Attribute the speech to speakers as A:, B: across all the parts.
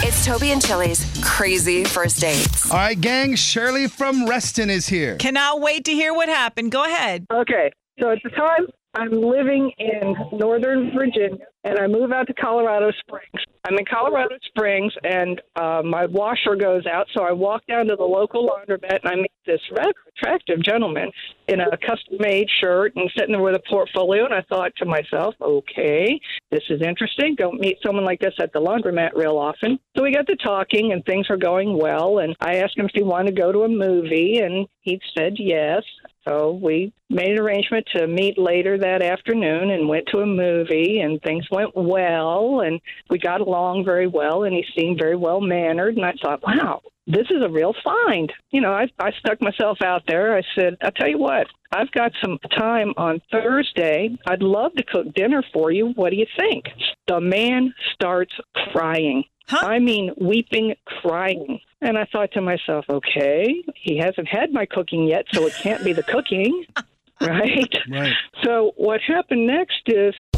A: It's Toby and Chili's Crazy First Dates.
B: All right, gang, Shirley from Reston is here.
C: Cannot wait to hear what happened. Go ahead.
D: Okay, so at the time, I'm living in Northern Virginia, and I move out to Colorado Springs. I'm in Colorado Springs, and uh, my washer goes out, so I walk down to the local laundromat, and I meet this rather attractive gentleman in a custom-made shirt and sitting there with a portfolio. And I thought to myself, okay, this is interesting. Don't meet someone like this at the laundromat real often. So we got to talking, and things were going well. And I asked him if he wanted to go to a movie, and he said yes. So we made an arrangement to meet later that afternoon and went to a movie, and things went well, and we got along very well, and he seemed very well mannered. And I thought, wow, this is a real find. You know, I, I stuck myself out there. I said, I'll tell you what, I've got some time on Thursday. I'd love to cook dinner for you. What do you think? The man starts crying.
C: Huh?
D: I mean, weeping, crying. And I thought to myself, okay, he hasn't had my cooking yet, so it can't be the cooking, right?
B: Right.
D: So what happened next is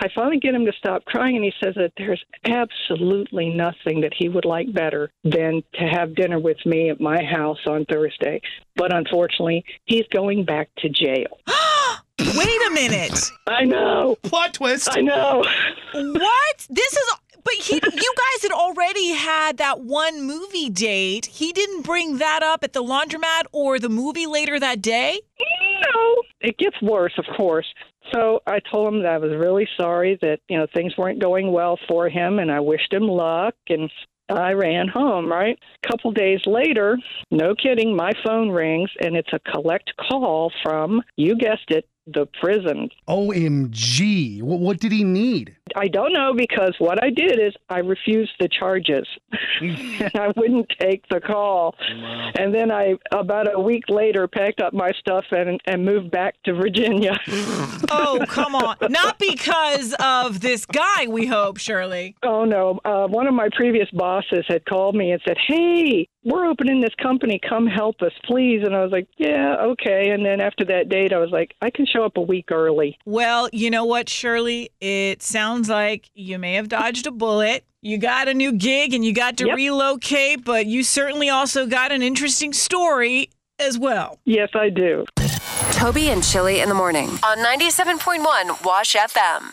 D: I finally get him to stop crying, and he says that there's absolutely nothing that he would like better than to have dinner with me at my house on Thursday. But unfortunately, he's going back to jail.
C: Wait a minute.
D: I know.
B: Plot twist.
D: I know.
C: What? This is. But he, you guys had already had that one movie date. He didn't bring that up at the laundromat or the movie later that day.
D: No. It gets worse, of course. So I told him that I was really sorry that, you know, things weren't going well for him and I wished him luck and I ran home, right? A couple days later, no kidding, my phone rings and it's a collect call from, you guessed it, the prison.
B: OMG. What, what did he need?
D: I don't know because what I did is I refused the charges. and I wouldn't take the call. And then I, about a week later, packed up my stuff and, and moved back to Virginia.
C: Oh, come on. Not because of this guy, we hope, Shirley.
D: Oh no! Uh, one of my previous bosses had called me and said, "Hey, we're opening this company. Come help us, please." And I was like, "Yeah, okay." And then after that date, I was like, "I can show up a week early."
C: Well, you know what, Shirley? It sounds like you may have dodged a bullet. You got a new gig and you got to
D: Yep.
C: relocate, but you certainly also got an interesting story as well.
D: Yes, I do.
A: Toby and Chili in the morning on 97.1 Wash FM.